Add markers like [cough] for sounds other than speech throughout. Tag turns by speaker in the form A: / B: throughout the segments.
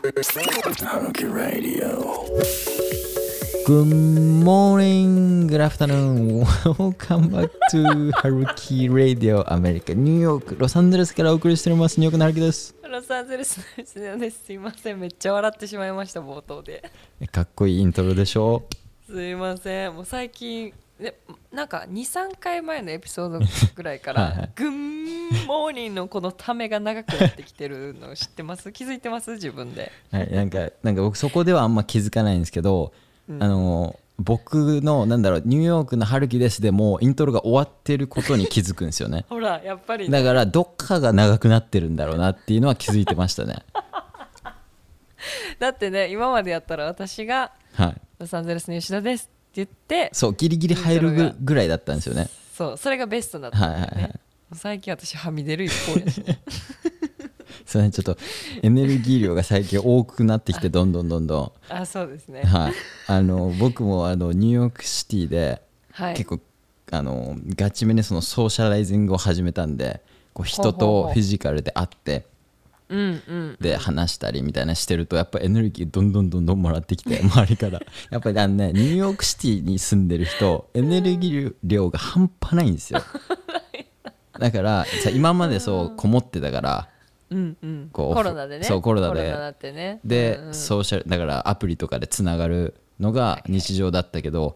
A: Hunky Radio.
B: Good morning, good afternoon, welcome back
C: [laughs]
B: to Haruki Radio America ニューヨーク、ロサンゼルスからお送りしておりますニューヨークのハルキです
C: ロサンゼルスの吉田です。すいません、めっちゃ笑ってしまいました、冒頭で。
B: かっこいいイントロでしょ
C: すいません、もう最近、ね、なんか2、3回前のエピソードぐらいか
B: はいはい
C: ら、グッモーニンのこのためが長くなってきてるの知ってます気づいてます自分で。
B: はい、なんかなんか僕そこではあんま気づかないんですけど、
C: うん
B: あの僕のなんだろうニューヨークの春樹ですでもイントロが終わってることに気づくんですよ
C: [laughs]
B: ね
C: ほら、やっぱり、
B: だからどっかが長くなってるんだろうなっていうのは気づいてましたね
C: だってね、今までやったら私が、
B: はい
C: ロサンゼルスの吉田ですって言って、
B: そうギリギリ入る
C: イント
B: ぐ
C: ロが
B: ぐらいだったんですよね
C: そう、それがベストだったん
B: はい
C: だ
B: はい
C: よね。
B: はい
C: もう最近私はみ出る一
B: [laughs]
C: 方やし
B: それちょっとエネルギー量が最近多くなってきてどんどんどんど
C: あそうですね
B: ん、はい、あの僕もあのニューヨークシティで
C: はい
B: 結構あのガチめでそのソーシャライジングを始めたんでこう人
C: ほうほう
B: と
C: ほう
B: フィジカルで会って
C: うんうん
B: で話したりみたいなしてるとやっぱエネルギーどんどんどんどんもらってきて周りからやっぱりあのねニューヨークシティに住んでる人エネルギー量が半端ないんですよだからさ今までそうこもってたから
C: うんうん
B: こう
C: コロナでね
B: そうコロナで
C: コロナだってね
B: で、
C: うんうん
B: ソーシャルだからアプリとかでつながるのが日常だったけど、
C: はい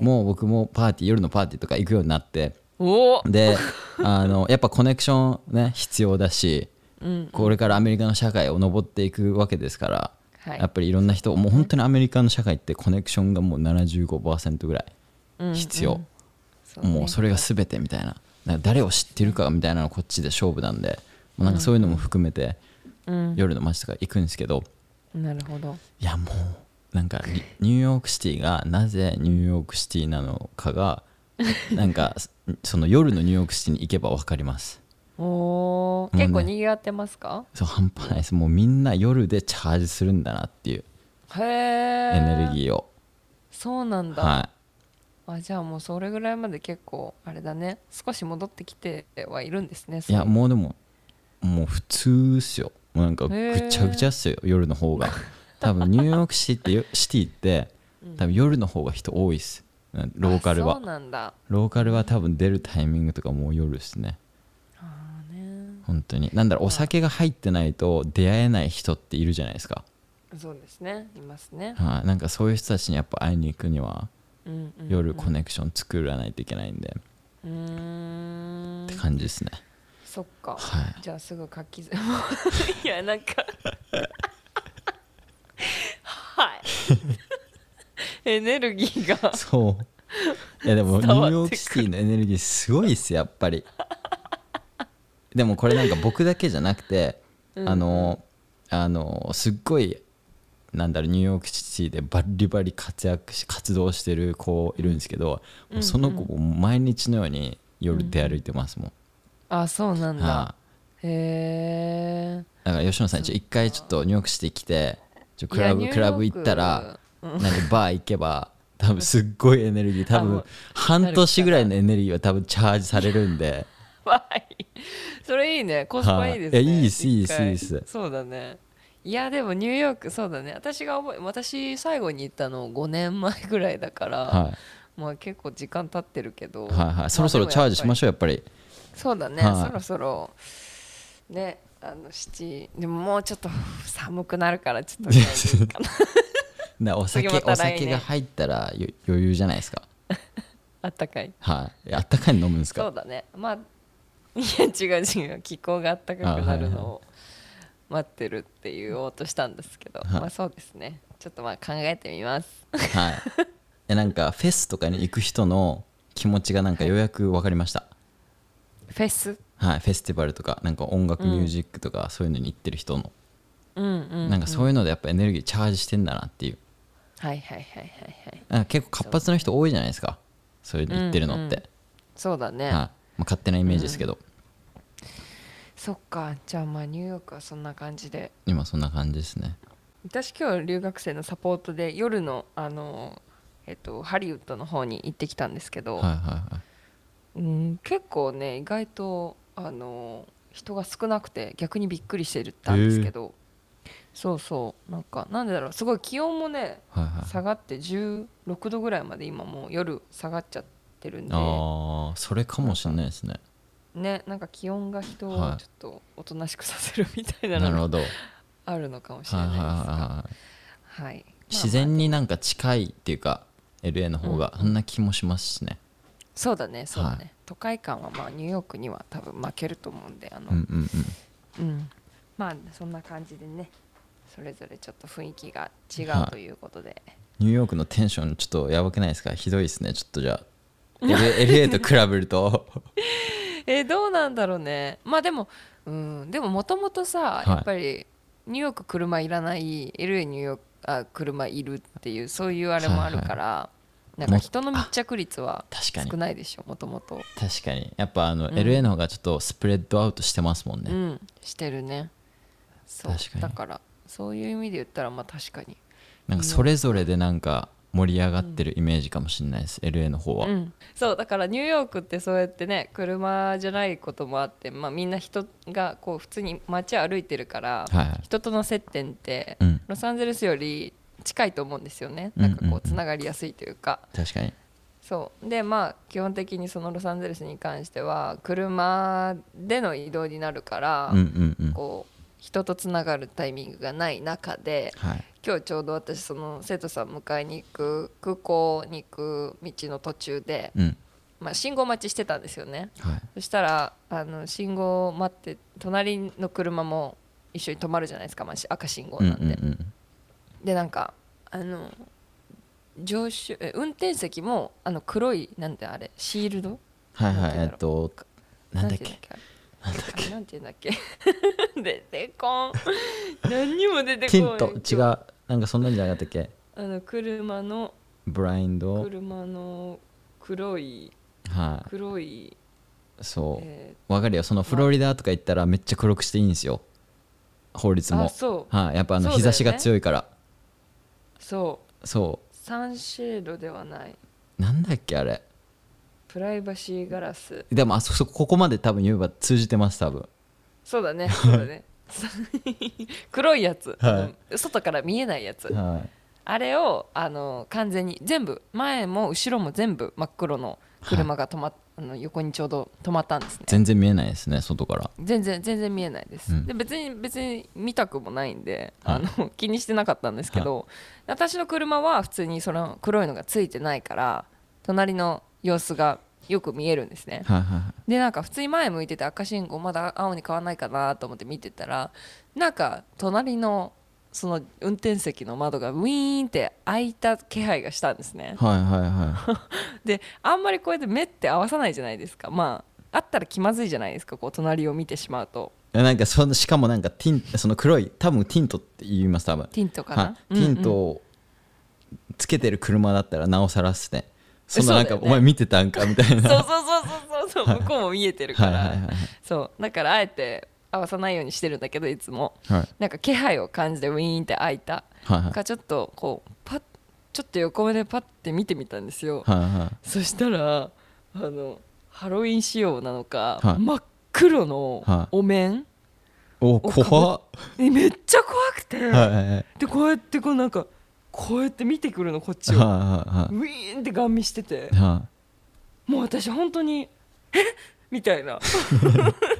B: もう僕もパーティー夜のパーティーとか行くようになって
C: [laughs] おお
B: であのやっぱコネクションね必要だし、
C: うん
B: これからアメリカの社会を上っていくわけですから、
C: はい
B: やっぱりいろんな人もう本当にアメリカの社会ってコネクションがもう75%ぐら
C: うんう
B: い
C: ん
B: 必要、
C: そ
B: もうそれが全てみたいななんか誰を知ってるかみたいなのこっちで勝負なんで、もうなんかそういうのも含めて
C: うん
B: 夜の街とか行くんですけど、
C: なるほど
B: いやもうなんかニニューヨークシティがなぜニューヨークシティなのか
C: [laughs]
B: がなんかその夜のニューヨークシティに行けば分かります
C: おお、
B: うね
C: 結構にぎわってますか
B: そう半端ないですもうみんな夜でチャージするんだなっていう
C: へえ
B: エネル
C: ー
B: ギーを、
C: そうなんだ、
B: は
C: あじゃあもうそれぐらいまで結構あれだね少し戻ってきてはいるんですね
B: いいやもうでももう普通っすよもうなんか
C: へー
B: ぐちゃぐちゃっすよ夜の
C: [laughs]
B: 方が多分ニューヨークシティってシティって多分夜の方が人多いっすうんローカル
C: あそ
B: は
C: うなんだ
B: ローカルは多分出るタイミングとかもう夜っすね
C: あーね
B: 本当になんだろうお酒が入ってないと出会えない人っているじゃないですか、
C: そうですねいますね、
B: はい、なんかそういう人たちにやっぱ会いに行くには
C: うんうんうん、
B: 夜コネクション作らないといけないんで、
C: うーん
B: って感じですね
C: そっ
B: は
C: か、
B: い
C: じゃあすぐ書きず [laughs] いやなんかはい
B: [laughs]
C: エネルギーが
B: そういやでもニ
C: 伝わって
B: ュー
C: くる
B: ヨークシティのエネルギーすごいっすやっぱりでもこれなんか僕だけじゃなくて、
C: うん
B: あのあのすっごいなんだろうニューヨークシティでバリバリ活躍し活動してる子いるんですけど、もうその子も毎日のように夜出歩いてますもん、
C: あそうなんだ、
B: はい
C: へえ
B: だから吉野さん一応一回ちょっとニューヨークシティ来てちょクラ
C: い
B: ブ
C: や
B: クラブ
C: ニュー
B: 行
C: ヨーク
B: ったら
C: う
B: 何バー行けば多分すっごいエネルギー多
C: あも
B: 分
C: う
B: 半年ぐらいのエネルギーは多分チャージされるんで
C: わいそれいいねコスパいいです
B: は
C: ね
B: いいやいいですいいです
C: 一回
B: いいです
C: そうだねいやでもニューヨークそうだね私が覚え私最後に行ったの5年前ぐらいだから、
B: は
C: まあ結構時間経ってるけ
B: い
C: ど、
B: はいはいそろそろチャージしま
C: しょう
B: しょうやっぱり
C: そうだね、
B: はい
C: そろそろねあの七でももうちょっと [laughs] 寒くなるからちょっと
B: [laughs]
C: ぐらいでいいかな
B: なお酒
C: 次また
B: お
C: 来年
B: 酒が入ったらよ余裕じゃないですか
C: あったかい
B: はいあったかいの飲むんです
C: そう
B: か
C: だねまあいや違う違う気候があったかくなるのを待ってるって言おうとしたんですけど、
B: はい
C: まあそうですねちょっとまあ考えてみます
B: はいえなんかフェスとかに行く人の気持ちがなんかようやく分かりました
C: フェス
B: はいフェスティバルとかなんか音楽ミュージックとかそういうのに行ってる人の
C: うんうん
B: なんかそういうのでやっぱエネルギーチャージしてんだなっていう
C: はいはいはいはいはい
B: なんか結構活発な人多いじゃないですかそういうの言ってるのって、
C: そうだね、
B: はいまあ、勝手なイメージですけど、
C: そっかじゃあまあニューヨークはそんな感じで
B: 今そんな感じですね
C: 私今日留学生のサポートで夜のあの、えっと、ハリウッドの方に行ってきたんですけど、
B: はいはいはい
C: うん、結構ね意外とあの人が少なくて逆にびっくりしてるったんですけど、そうそうなんかなんでだろうすごい気温もね
B: はいはい
C: 下がって16度ぐらいまで今もう夜下がっちゃってるんで
B: ああそれかもしれないですね
C: ねなんか気温が人をちょ
B: はい
C: っとおとなしくさせるみたいな
B: なる
C: の
B: ほ
C: が
B: どはい
C: あるのかもしれ
B: はい
C: ない
B: は
C: で
B: い
C: すが
B: はい
C: はい
B: 自
C: まあま
B: 然になんか近いっていうか LA の方が
C: うん
B: そんな気もしますしね
C: あそうだねそうだね、
B: は
C: 都会感はまあニューヨークには多分負けると思うんであの、
B: うんうんうん
C: うん、まあそんな感じでねそれぞれちょっと雰囲気が違
B: は
C: う
B: い
C: ということで、
B: ニューヨークのテンションちょっとやばくないですかひどいですねちょっとじ
C: [laughs]
B: ゃあ LA, LA と比べると
C: えーどうなんだろうねまあでもうんでももともとさ、
B: はい
C: やっぱりニューヨーク車いらない LA ニューヨークあ車いるっていうそういうあれもあるから、なんか
B: も
C: 人の密着率は
B: 確かに
C: 少ないでしょもともと
B: 確かにやっぱあの、
C: ん
B: LA の方がちょっとスプレッドアウトしてますもん
C: う
B: ね、
C: んしてるねそう
B: 確かに
C: だからそういう意味で言ったらまあ確かに
B: なんかそれぞれでなんか盛り上がってるイメージかもしれないです、LA の方は、
C: うん、そうだからニューヨークってそうやってね車じゃないこともあって、まあ、みんな人がこう普通に街歩いてるから、
B: はいはい
C: 人との接点って、
B: うん
C: ロサンゼルスより近いと思うんですよね
B: うんうんうん
C: なんかこうつながりやすいというか、
B: 確かに
C: そうでまあ基本的にそのロサンゼルスに関しては車での移動になるから、
B: うんうんうん
C: こう人とつながるタイミングがない中で、
B: はい
C: 今日ちょうど私その生徒さん迎えに行く空港に行く道の途中で、
B: うん
C: まあ、信号待ちしてたんですよね
B: はい
C: そしたらあの信号を待って隣の車も一緒に止まるじゃないですか、まあ、し赤信号
B: うん
C: なんで、
B: うんうん
C: でなんかあの上手え運転席もあの黒いなんてあれシールド
B: はいはいえ
C: なん
B: ってとなんだっけ
C: なんだっけなんていうんだっけ [laughs] 出てこん何にも出てこん
B: ティント違うなんかそんなんじゃなかったっけ
C: あの車の
B: ブラインドはい、
C: 車の黒い黒い、
B: そう、
C: え
B: わかるよそのフロリダとか行ったらめっちゃ黒くしていいんですよ法律
C: ーあ
B: も
C: そう
B: はい、やっぱあの
C: そうだよね
B: 日差しが強いから
C: そう
B: そ
C: サンシェードではない
B: そうなんだっけあれ
C: プライバシーガラス
B: でもあそそここまで多分言えば通じてます多分
C: そうだねそうだね [laughs] 黒いやつ、
B: は
C: うん外から見えないやつ、
B: はい
C: あれをあの完全に全部前も後ろも全部真っ黒の車が止まっ、あの横にちょうど止まったんですね
B: 全然見えないですね外から
C: 全然全然見えないです、
B: うん
C: で別に別に見たくもないんで、
B: はい
C: あの [laughs] 気にしてなかったんですけど、私の車は普通にその黒いのがついてないから隣の様子がよく見えるんですね、
B: はいはいはい
C: でなんか普通に前向いてて赤信号まだ青に変わらないかなと思って見てたらなんか隣のその運転席の窓がウィーンって開いた気配がしたんですね
B: はいはいは
C: であんまりこうやって目って合わさないじゃないですかまああったら気まずいじゃないですかこう隣を見てしまうと
B: いなんかそのしかもなんかティンその黒い多分ティントって言います多分
C: ティントかな、
B: はい、ティント
C: うんうん
B: をつけてる車だったらなおさらっすねそんな
C: そ
B: な
C: うんだよ
B: か、お
C: ね
B: 前見てたんかみたいな
C: そうそうそうそうそう [laughs] そう向こうも見えてるか
B: はい
C: ら、
B: はいはい
C: そうだからあえて合わさないようにしてるんだけどいつも
B: はい
C: なんか気配を感じてウィーンって開いた
B: はいはい
C: かちょっとこうパッちょっと横目でパッて見てみたんですよ、
B: はいはい
C: そしたらあのハロウィン仕様なのか、
B: はい
C: 真っ黒の
B: は
C: お面、
B: お怖っ
C: えめっちゃ怖く
B: は
C: て、
B: いはいはい
C: でこうやってこうなんかこうやって見てくるのこっち
B: はい
C: を、
B: は
C: ウィーンってガン見してて
B: いは
C: もう私本当にえみたいない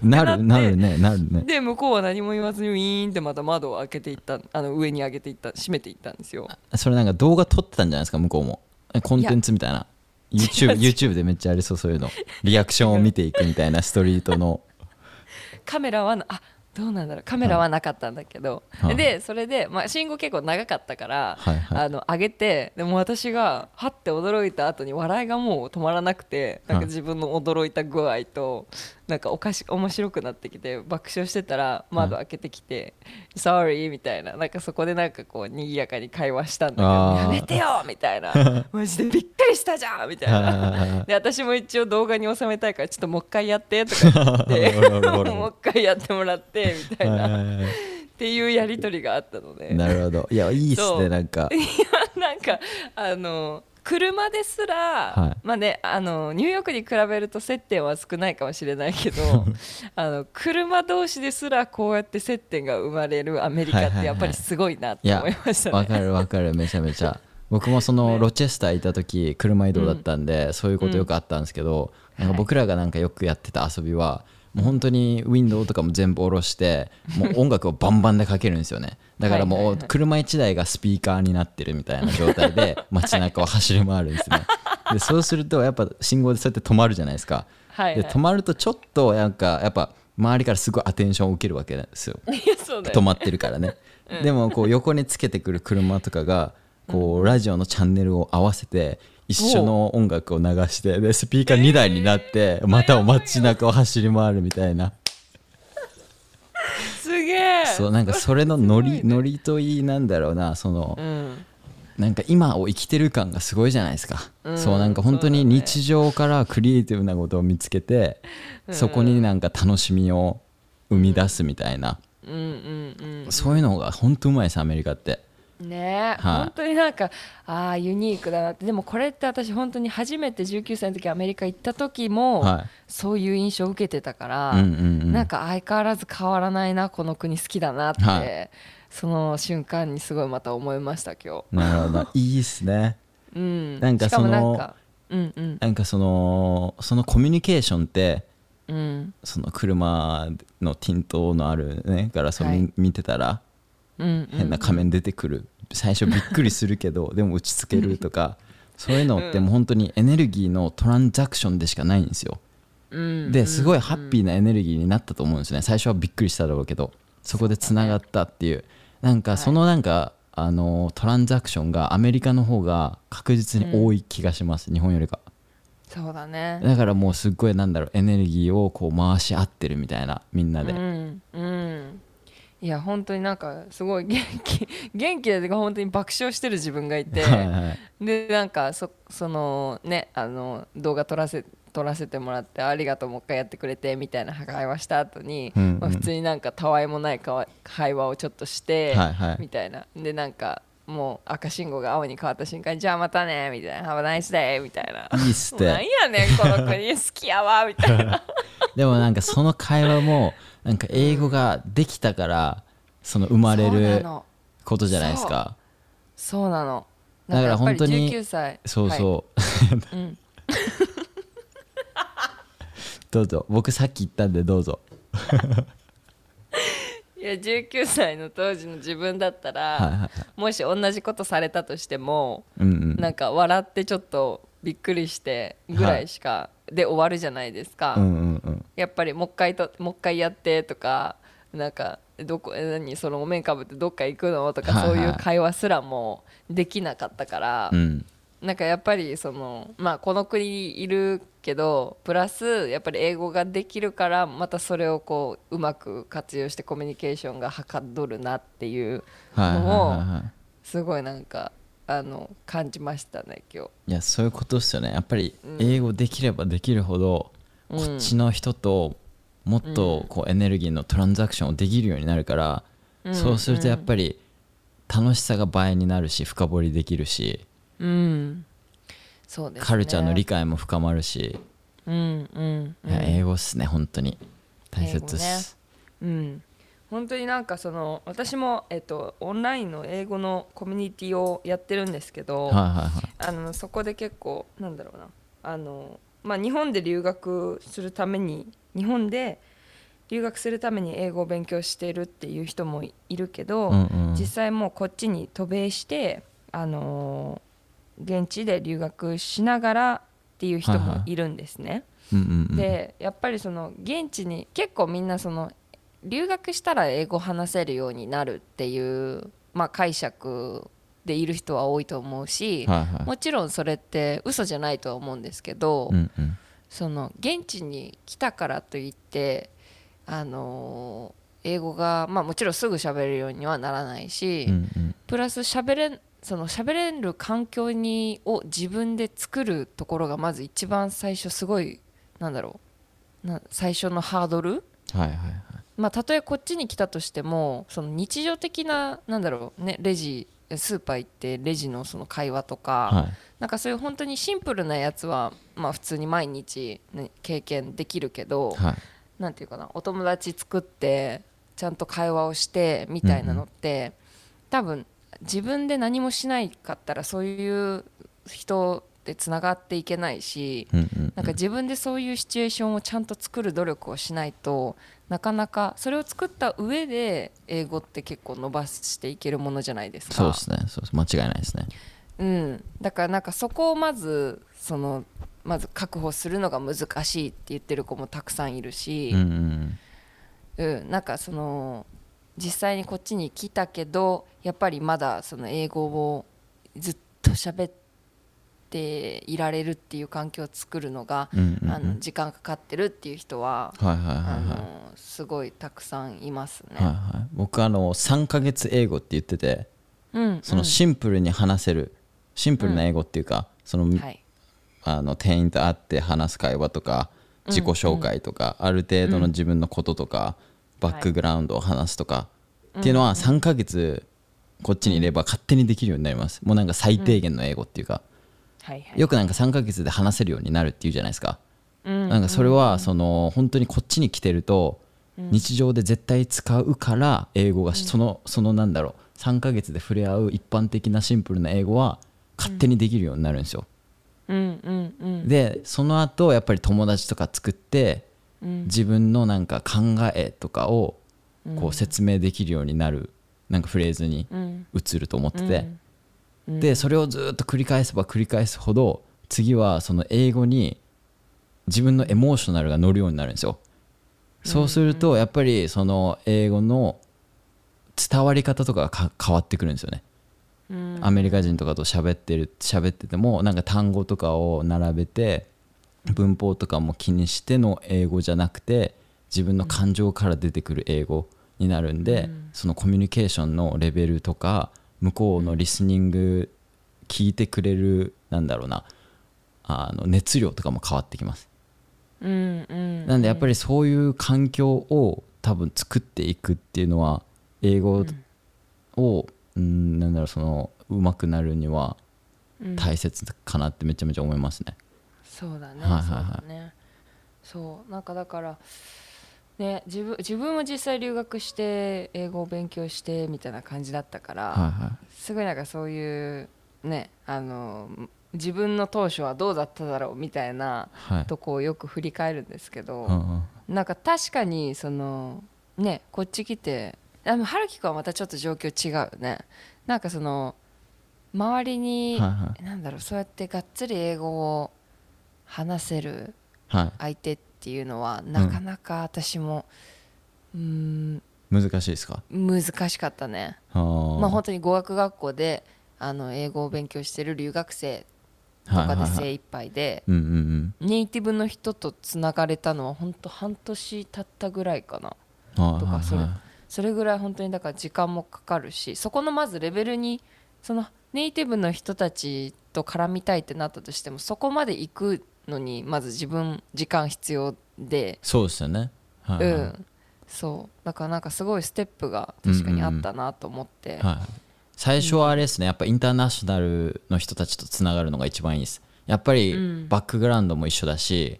B: なるなるねなるね
C: で向こうは何も言わずにウィーンってまた窓を開けていったあの上に上げていった閉めていったんですよ
B: それなんか動画撮ってたんじゃないですか向こうもコンテンツみたいな YouTube,
C: 違う違う
B: YouTube でめっちゃありそうそういうのリアクションを見ていくみたいなストリートの
C: カメラはなあどうなんだろうカメラはなかったんだけど、
B: はい
C: でそれで、まあ、信号結構長かったから、
B: はいはい
C: あの上げてでも私がはって驚いた後に笑いがもう止まらなくてなん
B: はい
C: か自分の驚いた具合となんかおかし面白くなってきて爆笑してたら窓開けてきて「Sorry」みたいななんかそこでなんかこう賑やかに会話したんだけど
B: あ
C: 「
B: ー
C: やめてよ!」みた
B: [laughs]
C: いな「マジでびっくりしたじゃん!」みたい
B: はいはいは
C: ないで私も一応動画に収めたいからちょっともう一回やってと
B: [laughs]
C: か [laughs] 言って
B: おるおるおる
C: もう一回やってもらってみたいなっ
B: は
C: ていうや [laughs] り取りがあったので [laughs]
B: いなるほどいやいいっす
C: そう
B: ねなんか
C: なんかあの車ですら、
B: はい
C: まあね、あのニューヨークに比べると接点は少ないかもしれないけ
B: [laughs]
C: どあの車同士ですらこうやって接点が生まれるアメリカ
B: はい
C: っ
B: はいは
C: て
B: い
C: やっぱりすごいなっ
B: い
C: て
B: や
C: 思いましたね。
B: わ
C: [laughs]
B: かるわかるめちゃめちゃ僕もそ
C: ね
B: のロチェスターいた時車移動だったんで、そういうことよくあったんですけど、なんか僕らがなんかよくやってた遊びはもう本当にウィンドウとかも全部下ろしてもう音楽をバンバンでかけるんですよねだから
C: [laughs] はい
B: も
C: はいうはい
B: 車1台がスピーカーになってるみたいな状態で街中を走り回るんですねでそうするとやっぱ信号でそうやって止まるじゃないですか
C: はい
B: で
C: はい
B: 止まるとちょっとなんかやっぱ周りからすごいアテンションを受けるわけなんで
C: [laughs]
B: すよ
C: いやそうだよ
B: 止まってるから
C: [laughs]
B: ね、でもこう横につけてくる車とかがこうラジオのチャンネルを合わせて一緒の音楽を流してでスピーカー2台になってまたお街中を走り回るみたいな
C: すげ [laughs] え
B: そうなんかそれのノ
C: すご
B: リ
C: いね
B: ノリといいなんだろうなその
C: うん
B: なんか今を生きてる感がすごいじゃないですか、
C: うん
B: そうなんか本当に
C: そうだね
B: 日常からクリエイティブなことを見つけてそこになんか楽しみを生み出すみたいな
C: うんうん
B: そういうのが本当うまいですアメリカって。
C: うん
B: は
C: ねえ、
B: い
C: 本当になんかああユニークだなってでもこれって私本当に初めて19歳の時アメリカ行った時も、
B: はい
C: そういう印象を受けてたから、
B: うんうんうん
C: なんか相変わらず変わらないなこの国好きだなって、
B: はい
C: その瞬間にすごいまた思いました今
B: なるほ
C: [laughs]
B: どいいっすね
C: 日、うん、
B: なんか
C: しかも
B: その
C: なんかうんうん
B: なんかそのそのコミュニケーションって
C: うん
B: その車のティントのあるねガラスを見,、
C: はい
B: 見てたら
C: うんうん
B: 変な仮面出てくる、最初びっくりするけ
C: [laughs]
B: どでも打ちつけるとかそういうのってもう本当にエネルギーのトランザクションでしかないんですよ
C: うん
B: ですごいハッピーなエネルギーになったと思うんですね最初はびっくりしただろうけどそこでつながったっていうなんかそのなんか、あのトランザクションがアメリカの方が確実に多い気がします、日本よりか
C: そうだね
B: だからもうすっごいなんだろうエネルギーをこう回し合ってるみたいなみんなで、 [laughs]
C: うんうんいや本当になんかすごい元気元気で本当に爆笑してる自分がいて
B: はいはい
C: でなんかそそのねあの動画撮らせ撮らせてもらってありがとうもう一回やってくれてみたいな会話した後に、
B: うんうん
C: まあ、普通になんかたわいもないかわ会話をちょっとして、
B: はいはい
C: みたいなでなんかもう赤信号が青に変わった瞬間にじゃあまたねみたいな「Have a nice day」みたいな「
B: いいっす
C: もうなん
B: ね
C: やねんこの
B: [laughs]
C: 国好きやわ」みたいな
B: でもなんかその会話もなんか英語ができたからその生まれ
C: そうな
B: る
C: の
B: ことじゃないですか
C: そうなの
B: だから本当に
C: なんかやっぱり19歳
B: そうそう、
C: はいうん
B: どうぞ僕さっき言ったんでどうぞ
C: いや19歳の当時の自分だったら、
B: はいはいはい
C: もし同じことされたとしても、
B: うんうん
C: なんか笑ってちょっとびっくりしてぐらいしか、で終わるじゃないですか、
B: うんうんうん
C: やっぱりもう一回ともう一回やってとかなんかどこえ何そのお面かぶってどっか行くのとか、
B: はいはい
C: そういう会話すらもできなかったから、
B: うん
C: なんかやっぱりそのまあこの国にいるけどプラスやっぱり英語ができるからまたそれをこううまく活用してコミュニケーションがはかどるなっていう
B: はいはいはい
C: のを
B: はい
C: すごいなんかあの感じましたね今
B: いやそういうことですよねやっぱり英語できればできるほど、
C: うん
B: こっちの人ともっとこうエネルギーのトランザクションをできるようになるから、
C: うん
B: そうするとやっぱり楽しさが倍になるし深掘りできるし、
C: 日うんそうですね
B: カルチャーの理解も深まるし、
C: うんうんうん
B: いや英語っすね本当に大切っ
C: 英
B: す、
C: うん、本当になんかその私も、えっと、オンラインの英語のコミュニティをやってるんですけど、
B: はいはいはい
C: あのそこで結構なんだろうなあの、まあ、日本で留学するために日本で留学するために英語を勉強しているっていう人もいいるけど、
B: うんうん
C: 実際もうこっちに渡米して、あのー現地で留学しながらっていう人もいるんですね。
B: うんうんうん
C: でやっぱりその現地に結構みんなその留学したら英語話せるようになるっていう、まあ、解釈でいる人は多いと思うし、
B: はいはい
C: もちろんそれって嘘じゃないとは思うんですけど、
B: うんうん
C: その現地に来たからといってあのー英語が、まあ、もちろんすぐ喋れるようにはならないし、
B: うんうん
C: プラス喋れんその喋れる環境にを自分で作るところがまず一番最初すごいなんだろうな最初のハードル
B: はいはいはい
C: まあたとえこっちに来たとしてもその日常的ななんだろうねレジでスーパー行ってレジのその会話とか、
B: は
C: なんかそういう本当にシンプルなやつは、まあ、普通に毎日、ね、経験できるけど、
B: いはい
C: なんていうかなお友達作ってちゃんと会話をしてみたいなのって、多分自分で何もしないかったらそういう人でつながっていけないし、
B: うんうん
C: なんか自分でそういうシチュエーションをちゃんと作る努力をしないとなかなかそれを作った上で英語って結構伸ばしていけるものじゃないですか。
B: そうですねそうです間違いないですね
C: うん、だからなんかそこをまずそのまず確保するのが難しいって言ってる子もたくさんいるし、
B: うんうん
C: うん、なんかその実際にこっちに来たけどやっぱりまだその英語をずっと喋っていられるっていう環境を作るのが、
B: うんうんうん
C: あの時間かかってるっていう人は、
B: はいはいはい
C: あ
B: はい
C: のすごいたくさんいますね。
B: はいはい、僕あの3ヶ月英語って言ってて
C: うん、
B: そのシンプルに話せるシンプルな英語っていうか、その,、
C: うんはい、
B: あの店員と会って話す会話とか自己紹介とか、ある程度の自分のこととか、バックグラウンドを話すとか、っていうのは3ヶ月こっちにいれば勝手にできるようになりますもうなんか最低限の英語っていうか、
C: はいはい、
B: よくなんか3ヶ月で話せるようになるっていうじゃないですか、なんかそれはその本当にこっちに来てると日常で絶対使うから英語がそのそのなんだろう3ヶ月で触れ合う一般的なシンプルな英語は勝手にできるようになるんですよ、
C: うんうんうん
B: でその後やっぱり友達とか作って自分のなんか考えとかをこう説明できるようになるなんかフレーズに
C: うん
B: 移ると思ってて、でそれをずっと繰り返せば繰り返すほど次はその英語に自分のエモーショナルが乗るようになるんですよそうするとやっぱりその英語の伝わり方とかがか変わってくるんですよね
C: うん
B: アメリカ人とかと喋ってる喋っててもなんか単語とかを並べて文法とかも気にしての英語じゃなくて自分の感情から出てくる英語になるんで、そのコミュニケーションのレベルとか向こうのリスニング聞いてくれるなんだろうなあの熱量とかも変わってきます。
C: うんうん
B: なんでやっぱりそういう環境を多分作っていくっていうのは英語を、うん、なんだろうその上手くなるには
C: うん
B: 大切かなってめちゃめちゃ思いますね。
C: そうだね、
B: はいはいはい
C: そうだねそうなんかだからね自分自分も実際留学して英語を勉強してみたいな感じだったから、
B: はいは
C: すごいなんかそういうねあの自分の当初はどうだっただろうみたいない
B: はい。
C: とこをよく振り返るんですけど、
B: うんうん
C: なんか確かにそのねこっち来てでも春樹君はまたちょっと状況違うねなんかその周りに、
B: はいは
C: なんだろうそうやってがっつり英語を話せる
B: はい。
C: 相手っていうのはなかなか私もうーん
B: 難しいですか。
C: 難しかったね、
B: あー
C: まあ本当に語学学校であの英語を勉強してる留学生と
B: はい
C: かで
B: はいはい
C: 精一杯で
B: うんうんうん。
C: ネイティブの人とつながれたのは本当半年経ったぐらいかな
B: はい
C: とかそれ
B: はいはい
C: それぐらい本当にだから時間もかかるしそこのまずレベルにそのネイティブの人たちと絡みたいってなったとしてもそこまで行くのにまず自分時間必要で、
B: そうですよね。は
C: う
B: いはい
C: んそうだからなんかすごいステップが確かにあったなと思って、
B: はい。最初はあれですね。やっぱインターナショナルの人たちとつながるのが一番いいです。やっぱりバックグラウンドも一緒だし。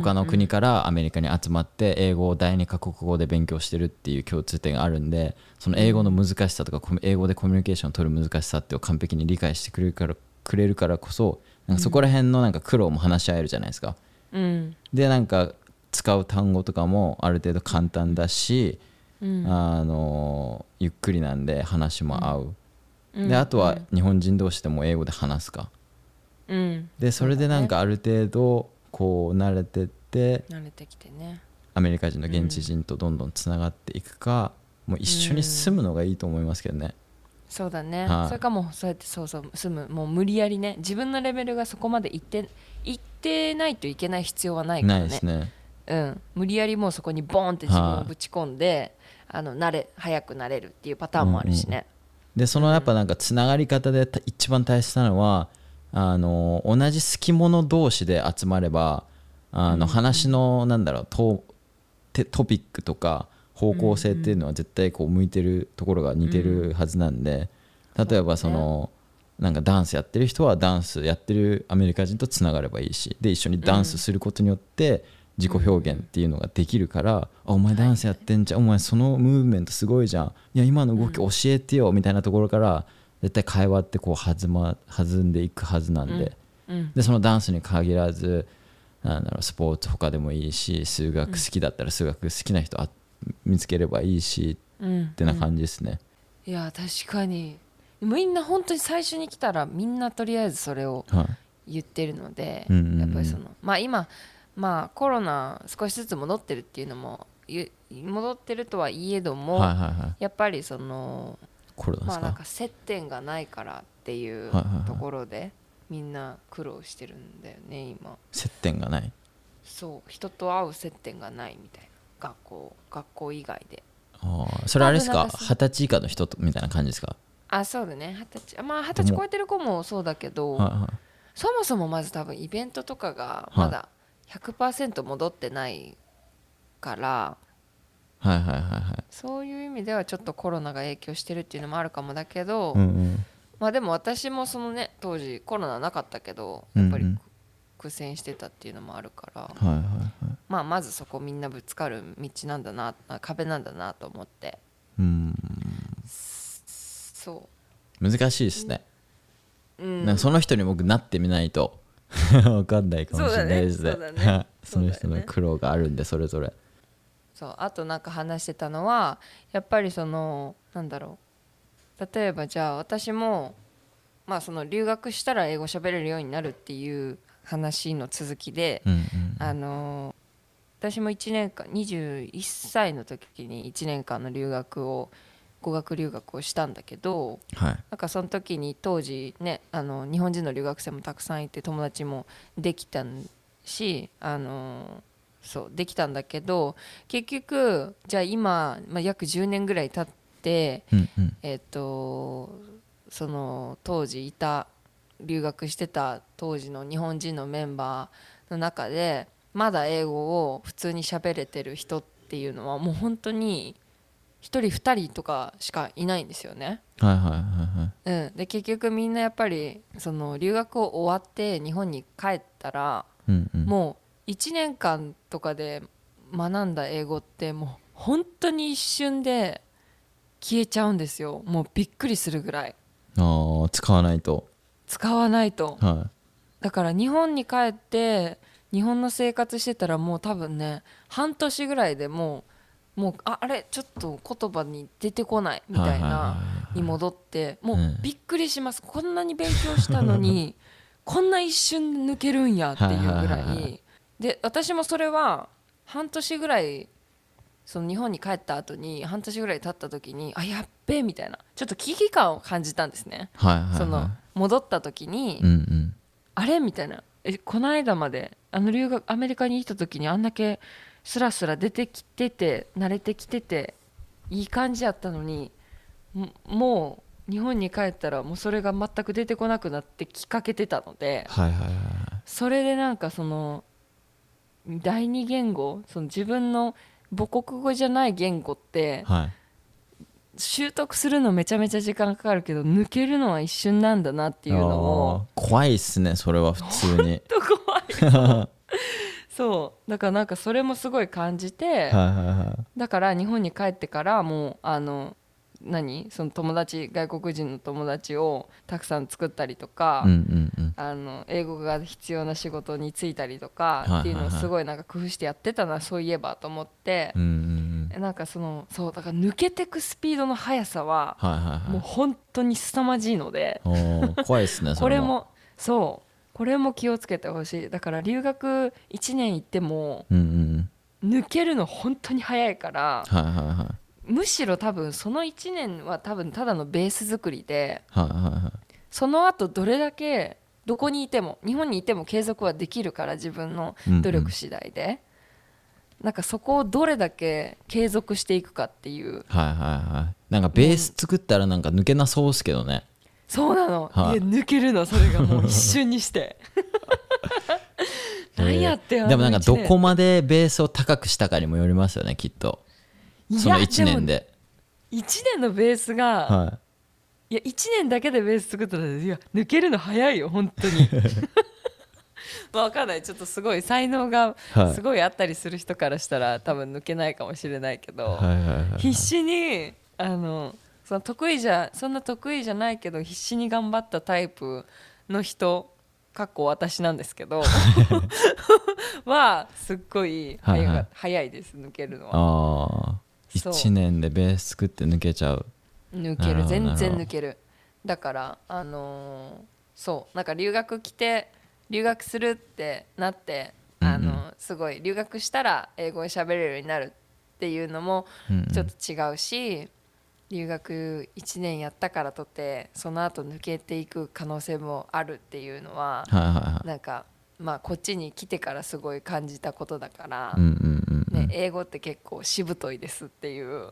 B: 他の国からアメリカに集まって英語を第二カ国語で勉強してるっていう共通点があるんでその英語の難しさとかコミュ英語でコミュニケーションを取る難しさってを完璧に理解してくれるからくれるからこそなんかそこら辺のなんか苦労も話し合えるじゃないですか。
C: うん
B: でなんか使う単語とかもある程度簡単だし、あのゆっくりなんで話も合う、であとは日本人同士でも英語で話すか
C: うん
B: でそれでなんかある程度こう慣れてって
C: 慣れてきてね
B: アメリカ人の現地人とどんどんつながっていくか、もう一緒に住むのがいいと思いますけどね、
C: そうだね、
B: はい
C: それかもうそうやってそうそう住むもう無理やりね自分のレベルがそこまで行って行ってないといけない必要はないから
B: ない
C: ね
B: ですね
C: うん、無理やりもうそこにボーンって自分をぶち込んで、あの慣れ早くなれるっていうパターンもあるしね、
B: でそのやっぱなんかつながり方でた一番大切なのはあの同じ好き者同士で集まればあの話のなんだろうとてトピックとか方向性っていうのは絶対こう向いてるところが似てるはずなんで、例えばそのなんかダンスやってる人はダンスやってるアメリカ人とつながればいいしで一緒にダンスすることによって自己表現っていうのができるから「あお前ダンスやってんじゃんお前そのムーブメントすごいじゃんいや今の動き教えてよ」みたいなところから絶対会話ってこう弾,、ま、弾んでいくはずなんで。
C: うん
B: でそのダンスに限らずなんだろうスポーツ他でもいいし数学好きだったら数学好きな人あ見つければいいし
C: う
B: っ
C: ん
B: てな感じですね、
C: いや確かにみんな本当に最初に来たらみんなとりあえずそれを
B: はい
C: 言ってるので、
B: うんうんうん
C: やっぱりそのまあ今まあコロナ少しずつ戻ってるっていうのもゆ戻ってるとはいえども、
B: はいはいはい
C: やっぱりその
B: コロナで
C: ますあ
B: か,、
C: なんか接点がないからっていう
B: はいはいはい
C: ところでみんな苦労してるんだよね今
B: 接点がない
C: そう人と会う接点がないみたいな学校学校以外で
B: あーそれあれです
C: まあ
B: か
C: でもなんか
B: 二十歳以下の人とみたいな感じですか
C: あそうだね二十歳まあ二十歳超えてる子もそうだけど、
B: はいはい
C: そもそもまず多分イベントとかがまだ100%戻ってないから、
B: はいはいはいはい
C: そういう意味ではちょっとコロナが影響してるっていうのもあるかもだけど、
B: うんうん
C: まあでも私もそのね当時コロナなかったけど
B: うんうん
C: やっぱり苦戦してたっていうのもあるから、
B: はいはいはい
C: まあまずそこみんなぶつかる道なんだなあ壁なんだなと思って
B: うん
C: そ
B: 難しいですね、
C: う、うん、
B: なんかその人に僕なってみないと [laughs] わかんないかもしれないですね
C: そうだねそうだね [laughs]
B: その人
C: そうだ
B: の
C: よね
B: 苦労があるんでそれぞれ
C: そうあとなんか話してたのはやっぱりそのなんだろう例えばじゃあ私もまあその留学したら英語喋れるようになるっていう話の続きで、
B: うんうん
C: あの私も1年間21歳の時に1年間の留学を語学留学をしたんだけど
B: はい
C: なんかその時に当時ねあの日本人の留学生もたくさんいて友達もできたんしあのそうできたんだけど結局じゃあ今、まあ、約10年ぐらい経って
B: うんうん
C: えっ、とその当時いた留学してた当時の日本人のメンバーの中でまだ英語を普通に喋れてる人っていうのはもう本当に1人2人とかしかいないんですよね。
B: はいはいはいはい
C: うん、で結局みんなやっぱりその留学を終わって日本に帰ったら、
B: うんうん
C: もう1年間とかで学んだ英語ってもう本当に一瞬で消えちゃうんですよもうびっくりするぐらい
B: ああ使わないと
C: 使わないと
B: は
C: だから日本に帰って日本の生活してたらもう多分ね半年ぐらいでもうもうああれちょっと言葉に出てこない
B: い
C: みたい
B: は
C: な。に戻ってもううんびっくりします、こんなに勉強したの
B: [laughs]
C: にこんな一瞬抜けるんやっていうぐ
B: はいは
C: ら
B: いはいはい
C: で私もそれは半年ぐらいその日本に帰った後に半年ぐらい経った時にあやっべえみたいなちょっと危機感を感じたんですね、
B: はいはいはいはい
C: その戻った時に、
B: うんうん
C: あれみたいなえこの間まであの留学アメリカに行った時にあんだけスラスラ出てきてて慣れてきてていい感じやったのにももう日本に帰ったらもうそれが全く出てこなくなってきかけてたので
B: はいはいはいはい
C: それでなんかその第二言語その自分の母国語じゃない言語って
B: はい
C: 習得するのめちゃめちゃ時間かかるけど抜けるのは一瞬なんだなっていうのを
B: あー怖いっすねそれは普通に
C: ちょっと [laughs] 怖い [laughs] そうだからなんかそれもすごい感じて、
B: はいはいは
C: だから日本に帰ってからもうあの何その友達外国人の友達をたくさん作ったりとか、
B: いうんうんうん
C: あの英語が必要な仕事に就いたりとか、
B: いはいはい
C: っていうのをすごいなんか工夫してやってたなそういえばと思って
B: うんう、んうん
C: なんかそのそうだから抜けてくスピードの速さは、
B: はいはいは
C: もう
B: い
C: 本当に凄まじいので。
B: おー怖いっすねそ
C: これ
B: れも
C: もそうこれも気をつけてほしいだから留学1年行っても
B: うんうん
C: 抜けるの本当に早いから
B: はいはいはい
C: むしろ多分その1年は多分ただのベース作りで
B: はいはいはい
C: その後どれだけどこにいても日本にいても継続はできるから自分の
B: うんうん
C: 努力次第で、なんかそこをどれだけ継続していくかっていう
B: はいはいはいなんかベース作ったらなんか抜けなそうっすけどね
C: そうなの、
B: はい
C: い、や抜けるのそれがもう一瞬にして [laughs] 何やってん
B: [laughs] え
C: の
B: ーでもなんか
C: 一
B: ど
C: 年
B: こまでベースを高くしたかにもよりますよねきっとその
C: いや
B: 1年で
C: 1年のベースが
B: は
C: いや1年だけでベース作ったらいや抜けるの早いよ本
B: [laughs]
C: 当にまあ分かんないちょっとすごい才能が
B: はい
C: すごいあったりする人からしたら多分抜けないかもしれないけど、
B: はいはいはいはい
C: 必死にあのその得意じゃそんな得意じゃないけど必死に頑張ったタイプの人かっこ私なんですけど
B: [laughs]
C: はすっごい早,、
B: はいはい
C: 早いです抜けるのは
B: ああ
C: そう
B: 1年でベース作って抜けちゃう
C: 抜
B: な
C: け
B: るほ
C: る
B: ど
C: 全然
B: なるほど
C: 抜けるだからあのーそうなんか留学来て留学するってなってあのー
B: うん
C: すごい留学したら英語を喋れるようになるっていうのも
B: うんうん
C: ちょっと違うし、留学1年やったからとてその後抜けていく可能性もあるっていうのは
B: はいはいはい
C: なんかまあこっちに来てからすごい感じたことだから、
B: うんうんうんうん
C: ね、英語って結構しぶといですっていう。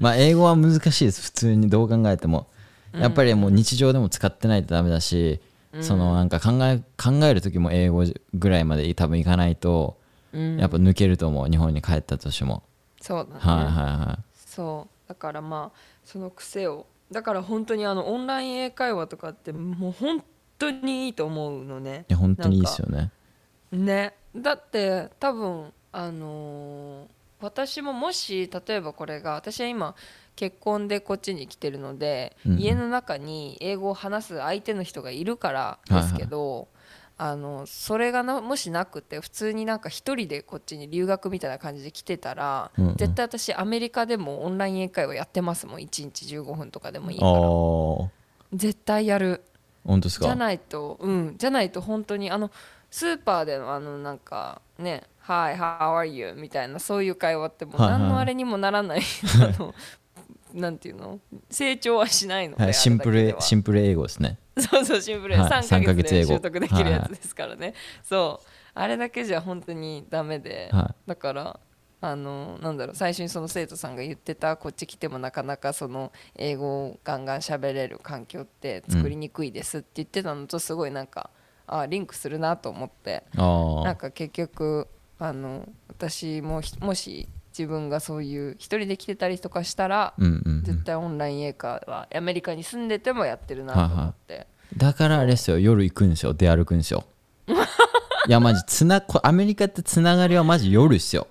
B: まあ英語は難しいです普通にどう考えてもやっぱりもう日常でも使ってないとダメだし、そのなんか考え考える時も英語ぐらいまで多分いかないと
C: うん
B: やっぱ抜けると思う日本に帰ったとしても、
C: [laughs] そうだね、
B: はいはいは
C: そうだからまあその癖をだから本当にあのオンライン英会話とかってもう本当にいいと思うの
B: い
C: ね
B: いや本当にいいですよね
C: ねだって多分あのー私ももし例えばこれが私は今結婚でこっちに来てるので、
B: うんうん
C: 家の中に英語を話す相手の人がいるからですけど、あのそれがなもしなくて普通になんか一人でこっちに留学みたいな感じで来てたら、
B: うんうん
C: 絶対私アメリカでもオンライン英会話やってますもん1日15分とかでもいい
B: ああ
C: から
B: ー
C: 絶対やる。
B: 本当ですか
C: じゃないとうんじゃないと本当にあのスーパーでのあのなんかね「Hi how are you」みたいなそういう会話ってもう
B: はいはい
C: 何のあれにもならないあのなんていうの成長はしないので、
B: はい、シンプルシ
C: ン
B: ンプル英語ですね
C: そうそうシンプル、
B: はい
C: 3
B: 3
C: ヶ
B: ヶ
C: 月
B: 月
C: で
B: 英語
C: 習得できるやつですからね、そうあれだけじゃ本当にダメで、
B: は
C: だからあのなんだろう最初にその生徒さんが言ってたこっち来てもなかなかその英語をガンガン喋れる環境って作りにくいですって言ってたのとすごいなんか、あリンクするなと思って
B: あ
C: なん
B: あ
C: か結局あの私もひもし自分がそういう一人で来てたりとかしたら、
B: うんうん
C: 絶対オンライン英会話アメリカに住んでてもやってるなと思って。
B: だからあれですよ夜行くんですよ出歩くんですよいやマジつなこアメリカってつながりはマジ夜っすよ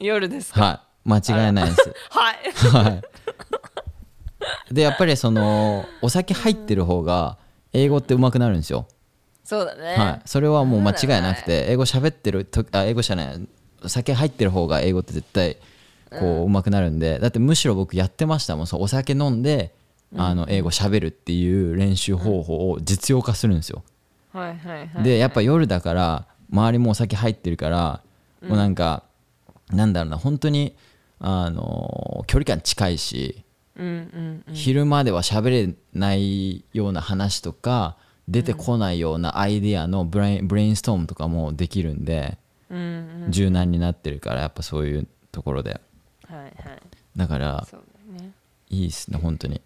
C: 夜ですか
B: はい間違いないです
C: はい
B: はい。でやっぱりそのお酒入ってる方が英語って上手くなるんですよ。
C: そうだね、
B: はい。それはもう間違いなくて英語喋ってるとあ英語じゃないお酒入ってる方が英語って絶対こう上手くなるんで、だってむしろ僕やってましたもん。そうお酒飲んで。あの英語喋るっていう練習方法を実用化するんですよ。
C: はいはいはい
B: でやっぱ夜だから周りもお酒入ってるから、もうなんかなんだろうな本当にあの距離感近いし、
C: うんうん
B: 昼間では喋れないような話とか出てこないようなアイディアのブレインブレインストームとかもできるんで
C: うんうん
B: 柔軟になってるからやっぱそういうところで
C: はいはい
B: だから
C: そうだよね
B: いいっすね本当に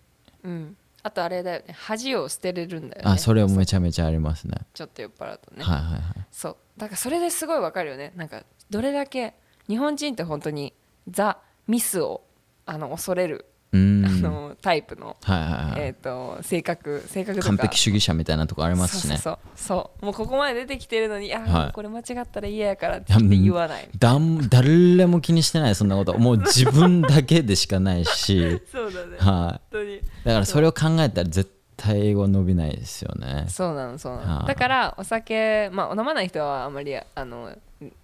C: うんあとあれだよね恥を捨てれるんだよね
B: あそれもめちゃめちゃありますね
C: ちょっと酔っ払うとね、
B: はいはいはい
C: そうだからそれですごいわかるよねなんかどれだけ日本人って本当にザ・ミスをあの恐れる、
B: うーん
C: [laughs] あ
B: はい
C: のタイプの、
B: はいは
C: え
B: い
C: っと性格性格とか
B: 完璧主義者みたいなとこありますしね
C: そうそうそうそうもうここまで出てきてるのにあー、
B: はい
C: もうこれ間違ったら嫌やからって言って言
B: [laughs]
C: わない
B: だん誰も気にしてないそんなこともう自分だけでしかない
C: [laughs]
B: し
C: そうだね本
B: は
C: 当に
B: いだからそれを考えたら絶対英語伸びないですよね
C: そうなのそうな
B: あ
C: の
B: ー
C: だからお酒、まあ、飲まない人はあんまりあの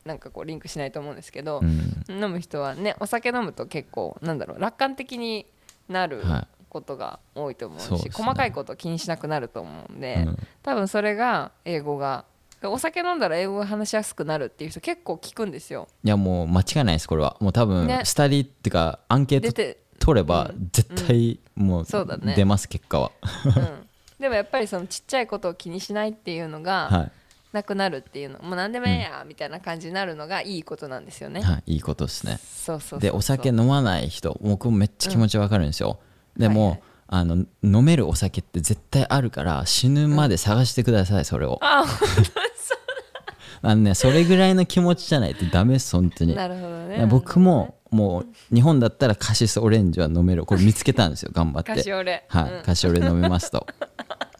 C: なんかこうリンクしないと思うんですけど、
B: うん
C: 飲む人はねお酒飲むと結構なんだろう楽観的になる
B: は
C: ことが多いと思うし、
B: そうですね
C: 細かいことを気にしなくなると思うんで、
B: うん
C: 多分それが英語がお酒飲んだら英語が話しやすくなるっていう人結構聞くんですよ。
B: いやもう間違いないですこれはもう多分
C: ね
B: スタディっていうかアンケ
C: 出
B: ート
C: て
B: 取れば絶対もう
C: そうだね
B: 出ます結果は [laughs]
C: うん、でもやっぱりそのちっちゃいことを気にしないっていうのが
B: は
C: なくなるっていうの、もう何でもええやみたいな感じになるのがいいことなんですよね。
B: いはいいいことですね
C: そうそうそうそう
B: でお酒飲まない人僕もめっちゃ気持ちわかるんですよで
C: はいはい
B: もあの飲めるお酒って絶対あるから死ぬまで探してくださいそれを [laughs]
C: あ
B: あのねそれぐらいの気持ちじゃないとダメです本当に
C: なるほどね
B: 僕ももう日本だったらカシスオレンジは飲めるこれ見つけたんですよ頑張って
C: カシオレ
B: はい、
C: うん
B: カシオレ飲めますと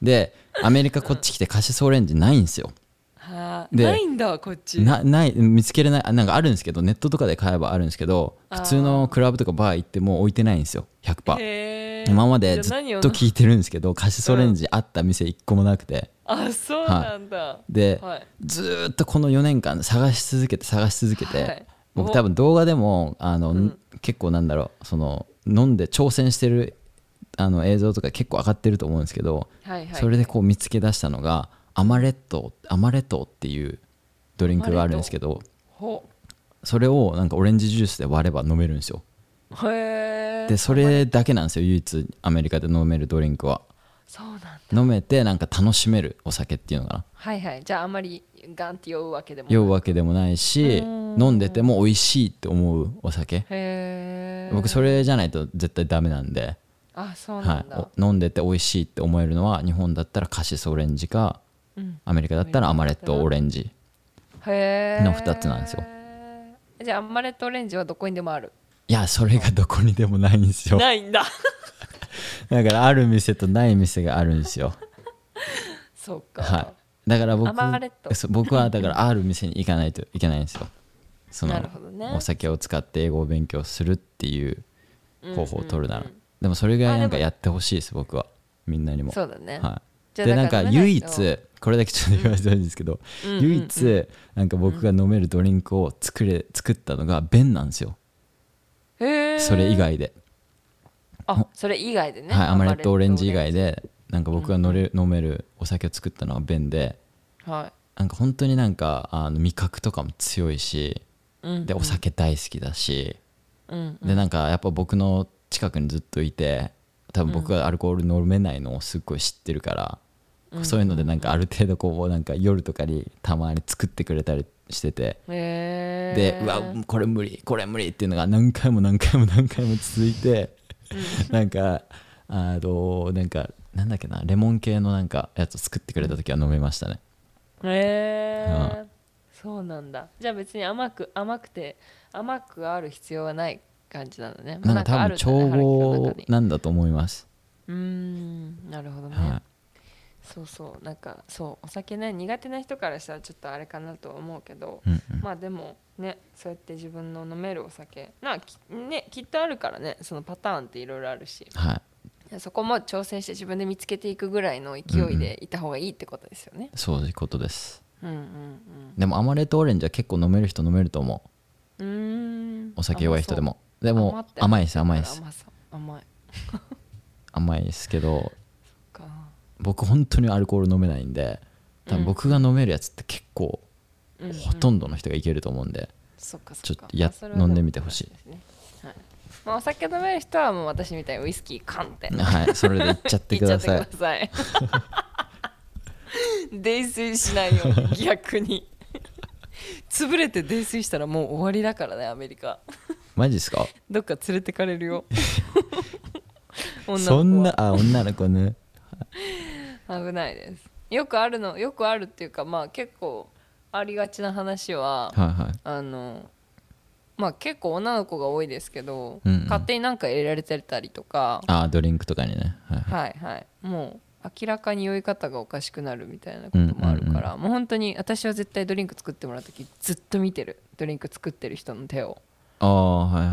B: でアメリカこっち来てカシスオレンジないんですよ
C: はあ
B: で
C: ないんだこっち
B: なない見つけれないあなんかあるんですけどネットとかで買えばあるんですけど普通のクラブとかバー行っても置いてないんですよ100%
C: へー
B: 今までず
C: じゃあ何
B: っ
C: を
B: と聞いてるんですけどカシスオレンジあった店一個もなくて
C: あそうなんだ
B: で、
C: はい
B: ずーっとこの4年間探し続けて探し続けて、
C: はい
B: 僕
C: お
B: 多分動画でもあの、
C: ん
B: 結構なんだろうその飲んで挑戦してるあの映像とか結構上がってると思うんですけど、
C: はいはい
B: それでこう見つけ出したのがアマレットアマレットっていうドリンクがあるんですけど
C: ほ
B: それをなんかオレンジジュースで割れば飲めるんですよ
C: へえ
B: でそれだけなんですよ唯一アメリカで飲めるドリンクは
C: そうなんだ
B: 飲めてなんか楽しめるお酒っていうのかな
C: はいはいじゃああんまりガンって酔うわけでもない
B: 酔うわけでもないし飲んでても美味しいって思うお酒
C: へえ
B: 僕それじゃないと絶対ダメなんで、
C: あそうな
B: はい
C: んだ、
B: お、飲んでて美味しいって思えるのは日本だったらカシスオレンジか
C: うん
B: アメリカだったらアマレットオレンジ
C: へえ
B: の二つなんですよ
C: じゃあアンマレットオレンジはどこにでもある
B: いやそれがどこにでもないんですよ
C: ないん
B: [laughs]
C: だ
B: だからある店とない店があるんですよ
C: そうか、
B: はいだから僕
C: アマレット
B: そう僕はだからある店に行かないといけないんですよその
C: なるほどね
B: お酒を使って英語を勉強するっていう方法を取るなら、でもそれぐらいなんかやってほしいです僕はみんなにも
C: そうだね、
B: はい、
C: じゃあ
B: でな
C: だ
B: ん
C: から
B: か
C: 飲めない
B: 唯一
C: と
B: これだけちょっと言わせてほしいんですけど、唯一なんか僕が飲めるドリンクを作れ作ったのが便なんですよ
C: へえ
B: それ以外で、
C: あそれ以外でね、
B: はい、アマレットオレンジ以
C: アマレッ
B: 外でなんか僕が乗れ飲めるお酒を作ったのは便で
C: トオレンジはい
B: なんか本当になんかあの味覚とかも強いし
C: うん
B: でお酒大好きだし
C: うん
B: でなんかやっぱ僕の近くにずっといて多分僕がアルコール飲めないのをすっごい知ってるから、そういうのでなんかある程度こうなんか夜とかにたまに作ってくれたりしてて。
C: へえ
B: でうわこれ無理これ無理っていうのが何回も何回も何回も続いてなんかあのなんかなんだっけなレモン系のなんかやつを作ってくれた時は飲めましたね
C: へ
B: は
C: えそうなんだじゃあ別に甘く甘くて甘くある必要はない感じなのね
B: なんか多
C: あ
B: 分
C: る
B: 調
C: んだね
B: 合
C: 春樹の中に
B: なんだと思います
C: うーんなるほどね、
B: はい
C: そうそうなんかそうお酒ね苦手な人からしたらちょっとあれかなとは思うけど、
B: うん
C: まあでもねそうやって自分の飲めるお酒なき,、ね、きっとあるからねそのパターンっていろいろあるし
B: はい
C: そこも挑戦して自分で見つけていくぐらいの勢いでいた方がいいってことですよね。
B: そういうことです
C: うんうん
B: でもアマレットオレンジは結構飲める人飲めると思う
C: うん。うーん
B: お酒弱い人でもで
C: で
B: も甘いです甘いです
C: 甘さ甘い
B: 甘いですけど
C: か。
B: 僕本当にアルコール飲めないんで多分僕が飲めるやつって結構
C: うんうん
B: ほとんどの人がいけると思うんで
C: そっかそ
B: ちょ
C: っ
B: っ
C: か
B: とや
C: まあそれは
B: 飲んでみてほしい
C: でもですねはいまあ、お酒飲める人はもう私みたいにウイスキー缶って
B: はいそれでいっちゃってく
C: [laughs]
B: ださ
C: 言っ
B: い
C: ちゃってください泥酔しないように逆に [laughs] 潰れて泥酔したらもう終わりだからねアメリカ
B: マジですか
C: どっか連れてかれる
B: [laughs]
C: よ女の子は
B: そんなあ女の子ね
C: 危ないですよくあるのよくあるっていうかまあ結構ありがちな話は
B: はいはい
C: あのまあ結構女の子が多いですけど、
B: うんうん
C: 勝手になんか入れられてたりとか
B: あドリンクとかにねはいはい
C: はいはいもう明らかに酔い方がおかしくなるみたいなこともあるから、もう本当に私は絶対ドリンク作ってもらう時ずっと見てるドリンク作ってる人の手を
B: ああはいはいはい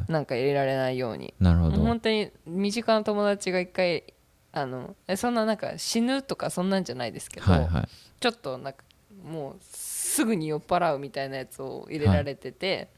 B: は
C: なんか入れられないように
B: いなるほ
C: もう
B: ど
C: 本当に身近な友達が一回あのえそんななんか死ぬとかそんなんじゃないですけど、
B: はいはい
C: ちょっとなんかもうすぐに酔っ払うみたいなやつを入れられてて、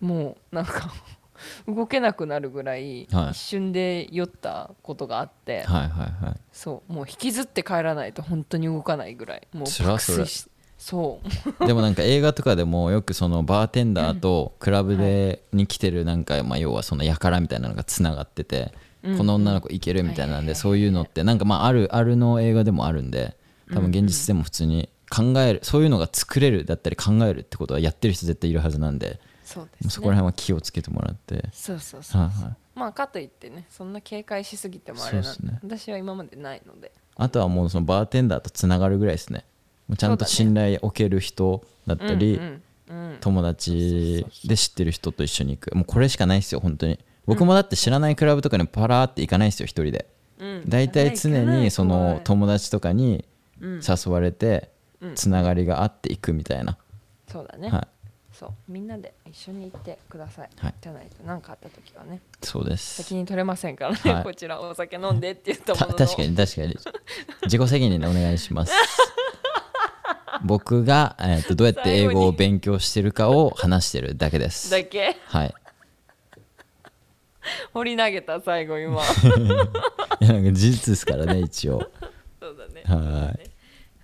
C: もうなんか [laughs] 動けなくなるぐらい
B: はい
C: 一瞬で酔ったことがあって、
B: はいはいはい
C: そうもう引きずって帰らないと本当に動かないぐらいもう
B: 辛い
C: 爆睡しそう [laughs]
B: [laughs] でもなんか映画とかでもよくそのバーテンダーとクラブでに来てるなんかまあ要はそのやからみたいなのがつながってて
C: うん
B: この女の子いけるみたいなん
C: はいはいはいは
B: で
C: い
B: そういうのってなんかまああるあるの映画でもあるんで多分現実でも普通に考えるそういうのが作れるだったり考えるってことはやってる人絶対いるはずなんで
C: そうで
B: も
C: す、
B: う
C: ね、
B: そこら辺は気をつけてもらって
C: そうそうそう、
B: はいはい
C: まあかといってねそんな警戒しすぎてもあれなん
B: そう
C: で、
B: ですね
C: 私は今までないので
B: あとはもうそのバーテンダーとつながるぐらいですねもうちゃんと
C: そうだね
B: 信頼を置ける人だったり
C: うんうんうん
B: 友達で知ってる人と一緒に行くもうこれしかないですよ本当に僕もだって知らないクラブとかにパラーって行かないですよ一人で
C: うん
B: 大体常にその
C: 行かない
B: 友達とかに
C: うん
B: 誘われて
C: うん
B: つながりがあって行くみたいな、
C: そうだね、
B: はい
C: そうみんなで一緒に行ってください、
B: はい
C: じゃないと何かあった時はね
B: そうです
C: 責任取れませんからね、
B: はい
C: こちらお酒飲んでって言った
B: た
C: ものの
B: 確かに確か
C: [laughs]
B: に自己責任でお願いします僕が、えー、とどうやって英語を勉強してるかを話してるだけです
C: だけ
B: はい
C: 掘り投げた最後今
B: いやなんか事実ですからね一応
C: そうだね
B: はい
C: は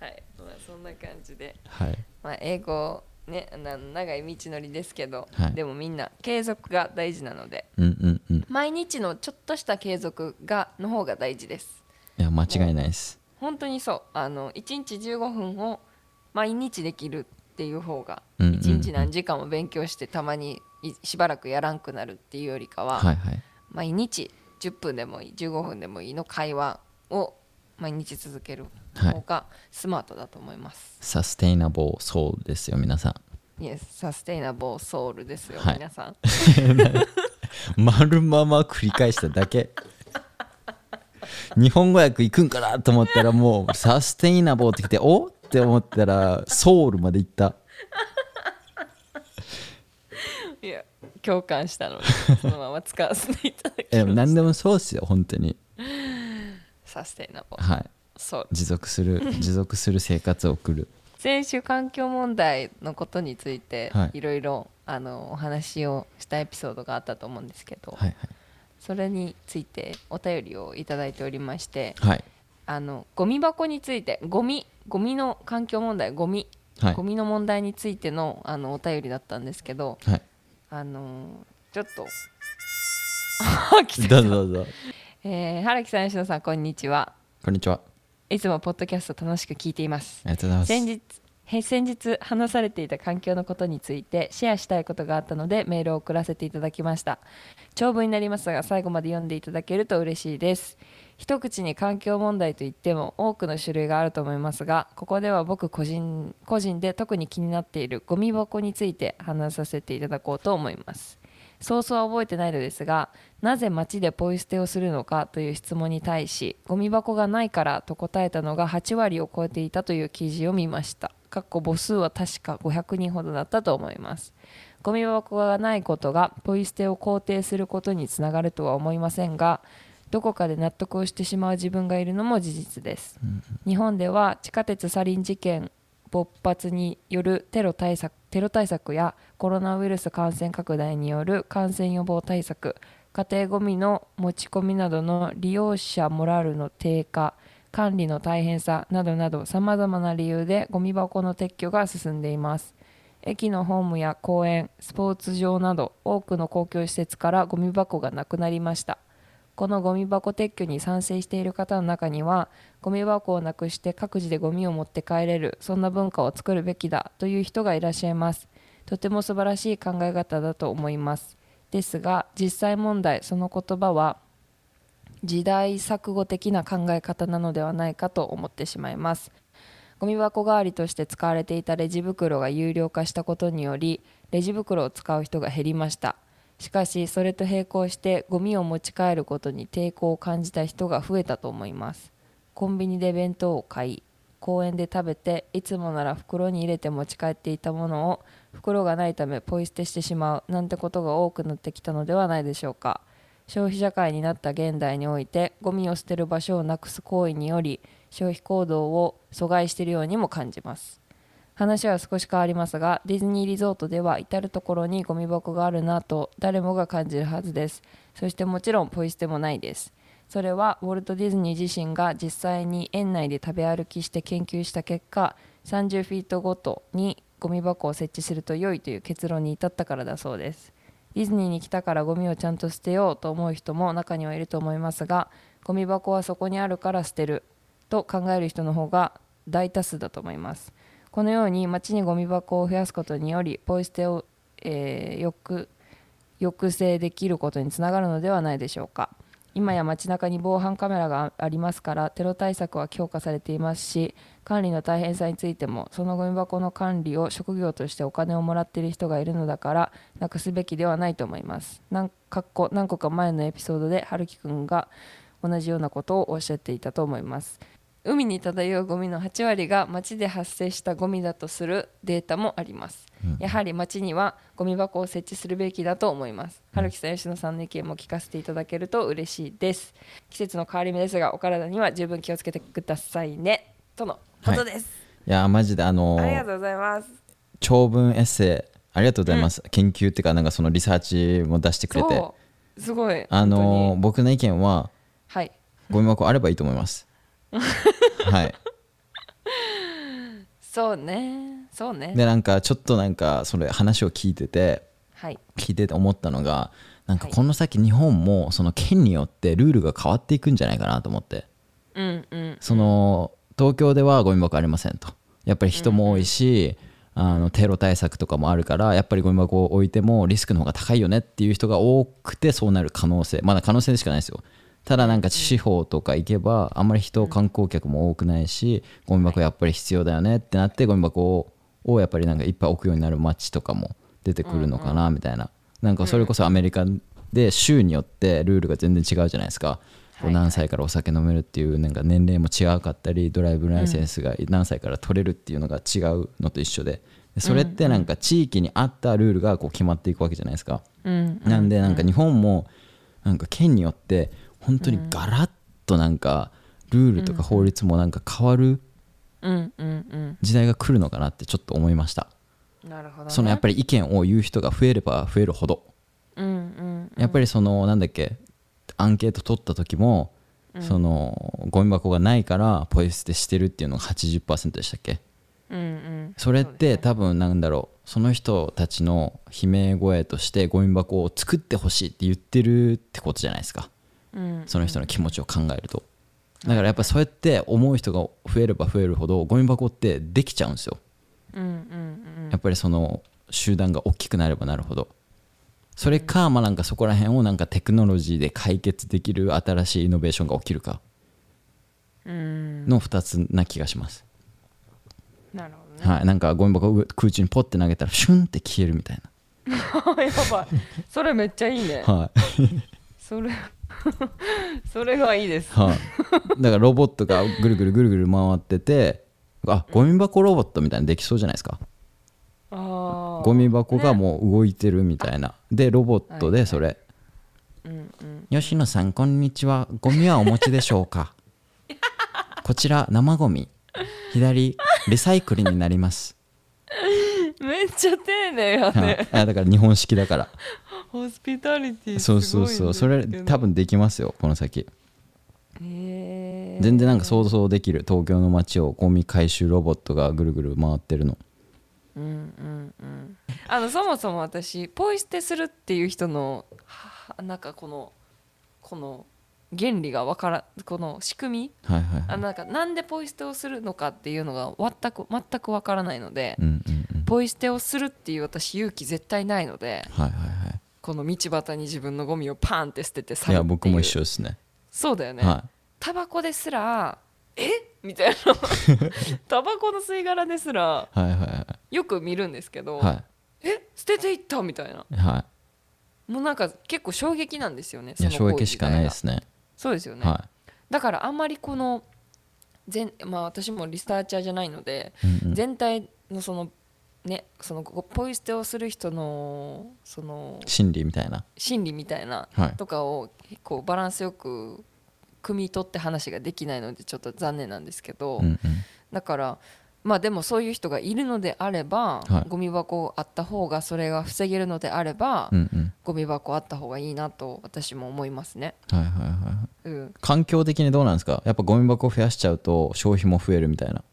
C: い、まあ、そんな感じで、
B: はい
C: まあ、英語ねな長い道のりですけど、
B: はい
C: でもみんな継続が大事なので
B: うんうんうん
C: 毎日のちょっとした継続がの方が大事です
B: いや間違いないです
C: 本当にそうあの1日15分を毎日できるっていう方が
B: うんうんうん
C: 1日何時間も勉強してたまにいしばらくやらんくなるっていうよりかは、
B: はいはい
C: 毎日10分でもいい15分でもいいの会話を毎日続ける方がスマートだと思います。
B: サステイナブルソウルですよ皆さ
C: イエスサステイナブルソウルですよ、
B: はい
C: 皆さん。
B: ん丸まま繰り返しただけ日本語訳いくんかなと思ったらもうサステイナブルってきておって思ったらソウルまで行った
C: いや共感した
B: [laughs]
C: のでそのまま使わせていただき
B: えでも
C: ます。
B: 何でもそうですよ本当に
C: サステイナブル
B: はい
C: ソウル。
B: 持続する持続する生活を送る
C: 先週環境問題のことについて、
B: はい
C: いろいろあのお話をしたエピソードがあったと思うんですけど、
B: はい
C: それについてお便りをいただいておりまして、
B: はいはい
C: あのゴミ箱についてゴミゴミの環境問題ゴミ、
B: はい
C: ゴミの問題についてのあのお便りだったんですけど
B: はい
C: あのーちょっと [laughs] あ来
B: [laughs] ど
C: た
B: うぞどうぞ
C: えー原木さん吉野さんこんにちは
B: こんにちはい
C: つもポッドキャスト楽しく聞いています
B: ありがとうござい
C: 先
B: ます
C: 日へ先日話されていた環境のことについてシェアしたいことがあったのでメールを送らせていただきました長文になりますが最後まで読んでいただけると嬉しいです一口に環境問題といっても多くの種類があると思いますがここでは僕個人個人で特に気になっているゴミ箱について話させていただこうと思いますそうそうは覚えてないのですがなぜ街でポイ捨てをするのかという質問に対しゴミ箱がないからと答えたのが8割を超えていたという記事を見ましたかっこ母数は確か500人ほどだったと思いますゴミ箱がないことがポイ捨てを肯定することにつながるとは思いませんがどこかで納得をしてしまう自分がいるのも事実です、日本では地下鉄サリン事件勃発によるテロ対策テロ対策やコロナウイルス感染拡大による感染予防対策家庭ごみの持ち込みなどの利用者モラルの低下管理の大変さなどなどさまざまな理由でゴミ箱の撤去が進んでいます駅のホームや公園スポーツ場など多くの公共施設からゴミ箱がなくなりましたこのゴミ箱撤去に賛成している方の中にはゴミ箱をなくして各自でゴミを持って帰れるそんな文化を作るべきだという人がいらっしゃいますとても素晴らしい考え方だと思いますですが実際問題その言葉は時代錯誤的な考え方なのではないかと思ってしまいますゴミ箱代わりとして使われていたレジ袋が有料化したことによりレジ袋を使う人が減りましたしかしそれと並行してゴミを持ち帰ることに抵抗を感じた人が増えたと思いますコンビニで弁当を買い公園で食べていつもなら袋に入れて持ち帰っていたものを袋がないためポイ捨てしてしまうなんてことが多くなってきたのではないでしょうか消費社会になった現代においてゴミを捨てる場所をなくす行為により消費行動を阻害しているようにも感じます話は少し変わりますがディズニーリゾートでは至る所にゴミ箱があるなと誰もが感じるはずですそしてもちろんポイ捨てもないですそれはウォルト・ディズニー自身が実際に園内で食べ歩きして研究した結果30フィートごとにゴミ箱を設置すると良いという結論に至ったからだそうですディズニーに来たからゴミをちゃんと捨てようと思う人も中にはいると思いますがゴミ箱はそこにあるから捨てると考える人の方が大多数だと思いますこのように街にゴミ箱を増やすことによりポイ捨てを、えー抑抑制できることにつながるのではないでしょうか今や街中に防犯カメラがありますからテロ対策は強化されていますし管理の大変さについてもそのゴミ箱の管理を職業としてお金をもらっている人がいるのだからなくすべきではないと思いますなんかっこ何個か前のエピソードで春樹くんが同じようなことをおっしゃっていたと思います海に漂うゴミの8割が町で発生したゴミだとするデータもあります、やはり町にはゴミ箱を設置するべきだと思います春樹さん吉野さんの意見も聞かせていただけると嬉しいです季節の変わり目ですがお体には十分気をつけてくださいねとのことです、
B: いやーマジであのー
C: ありがとうございます
B: 長文エッセイありがとうございます、研究っていうかなんかそのリサーチも出してくれて
C: そうすごい
B: あのー
C: 本当に
B: 僕の意見は
C: はい
B: ゴミ箱あればいいと思います
C: [laughs]
B: はい
C: そうねそうね
B: でなんかちょっとなんかそれ話を聞いてて
C: はい
B: 聞いてて思ったのがなんか
C: はい
B: この先日本もその県によってルールが変わっていくんじゃないかなと思って
C: うんうん
B: その東京ではゴミ箱ありませんとやっぱり人も多いし、あのテロ対策とかもあるからやっぱりゴミ箱を置いてもリスクの方が高いよねっていう人が多くてそうなる可能性まだ可能性でしかないですよただなんか地方とか行けばあんまり人観光客も多くないしゴミ箱やっぱり必要だよねってなってゴミ箱ををやっぱりなんかいっぱい置くようになる街とかも出てくるのかなみたいななんかそれこそアメリカで州によってルールが全然違うじゃないですかこう何歳からお酒飲めるっていうなんか年齢も違かったりドライブライセンスが何歳から取れるっていうのが違うのと一緒ででそれってなんか地域に合ったルールがこう決まっていくわけじゃないですか。
C: うん
B: なんでなんか日本もなんか県によって本当にガラッとなんかルールとか法律もなんか変わる
C: うんうん
B: 時代が来るのかなってちょっと思いました。
C: うんなるほど、ね、
B: そのやっぱり意見を言う人が増えれば増えるほど
C: うんうん
B: やっぱりそのなんだっけアンケート取った時もそのゴミ箱がないからポイ捨てしてるっていうのが80%でしたっけ
C: うんうん
B: それって多分なんだろうその人たちの悲鳴声としてゴミ箱を作ってほしいって言ってるってことじゃないですか
C: うん
B: その人の気持ちを考えるとだからやっぱそうやって思う人が増えれば増えるほどゴミ箱ってできちゃうんですよ
C: うんうん
B: やっぱりその集団が大きくなればなるほどそれかまあなんかそこら辺をなんかテクノロジーで解決できる新しいイノベーションが起きるか
C: うんうん
B: の2つな気がします、
C: なるほどね
B: はいなんかゴミ箱を空中にポッて投げたらシュンって消えるみたい [laughs]
C: やばいそれめっちゃいいね
B: なはい
C: それ [laughs] それがいいです
B: はい、だからロボットがぐるぐるぐるぐる回っててあゴミ箱ロボットみたいなのできそうじゃないですか
C: ああ
B: ゴミ箱がもう動いてるみたいな、でロボットでそれ、
C: うんうん
B: 吉野さんこんにちはゴミはお持ちでしょう
C: [laughs]
B: かこちら生ゴミ左リサイクルになります、
C: めっちゃ丁寧や
B: は
C: ね
B: い、あだから日本式だから
C: ホスピタリティ
B: そうそうそうそれ多
C: 分
B: 分できますよこの先
C: へえ
B: 全然なんか想像できる東京の街をゴミ回収ロボットがぐるぐる回ってるの
C: うんうんうんあのそもそも私ポイ捨てするっていう人のはなんかこのこの原理がわからんこの仕組み
B: はいはいは
C: あ
B: い
C: なんかなんでポイ捨てをするのかっていうのが全く全くわからないので、
B: うんうんうん
C: ポイ捨てをするっていう私勇気絶対ないので
B: はいはいは
C: この道端に自分のゴミをパンって捨てて去
B: いい
C: る
B: や
C: っていう
B: 僕も一緒ですね
C: そうだよね、
B: は
C: タバコですらえみ
B: [laughs]
C: たいな [laughs] タバコの吸い殻ですら
B: いはいはいは
C: よく見るんですけど、
B: いは
C: え捨てていったみたいない
B: は
C: もうなんか結構衝撃なんですよね
B: いいや
C: その
B: 衝
C: 行為
B: 撃しかないで
C: 自体が
B: すね
C: そうですよね、
B: は
C: だからあんまりこの全、まあ、私もリサーチャーじゃないので、
B: いうんうん
C: 全体のそのねそのこうポイ捨てをする人のその
B: 心理みたいな
C: 心理みたいな
B: はい
C: とかをこうバランスよく汲み取って話ができないのでちょっと残念なんですけど、
B: うんうん
C: だからまあでもそういう人がいるのであれば、
B: はい
C: ゴミ箱あった方がそれが防げるのであれば、
B: うんうん
C: ゴミ箱あった方がいいなと私も思いますね。
B: はいはいはいはい
C: うん、
B: 環境的にどうなんですかやっぱゴミ箱増やしちゃうと消費も増えるみたいな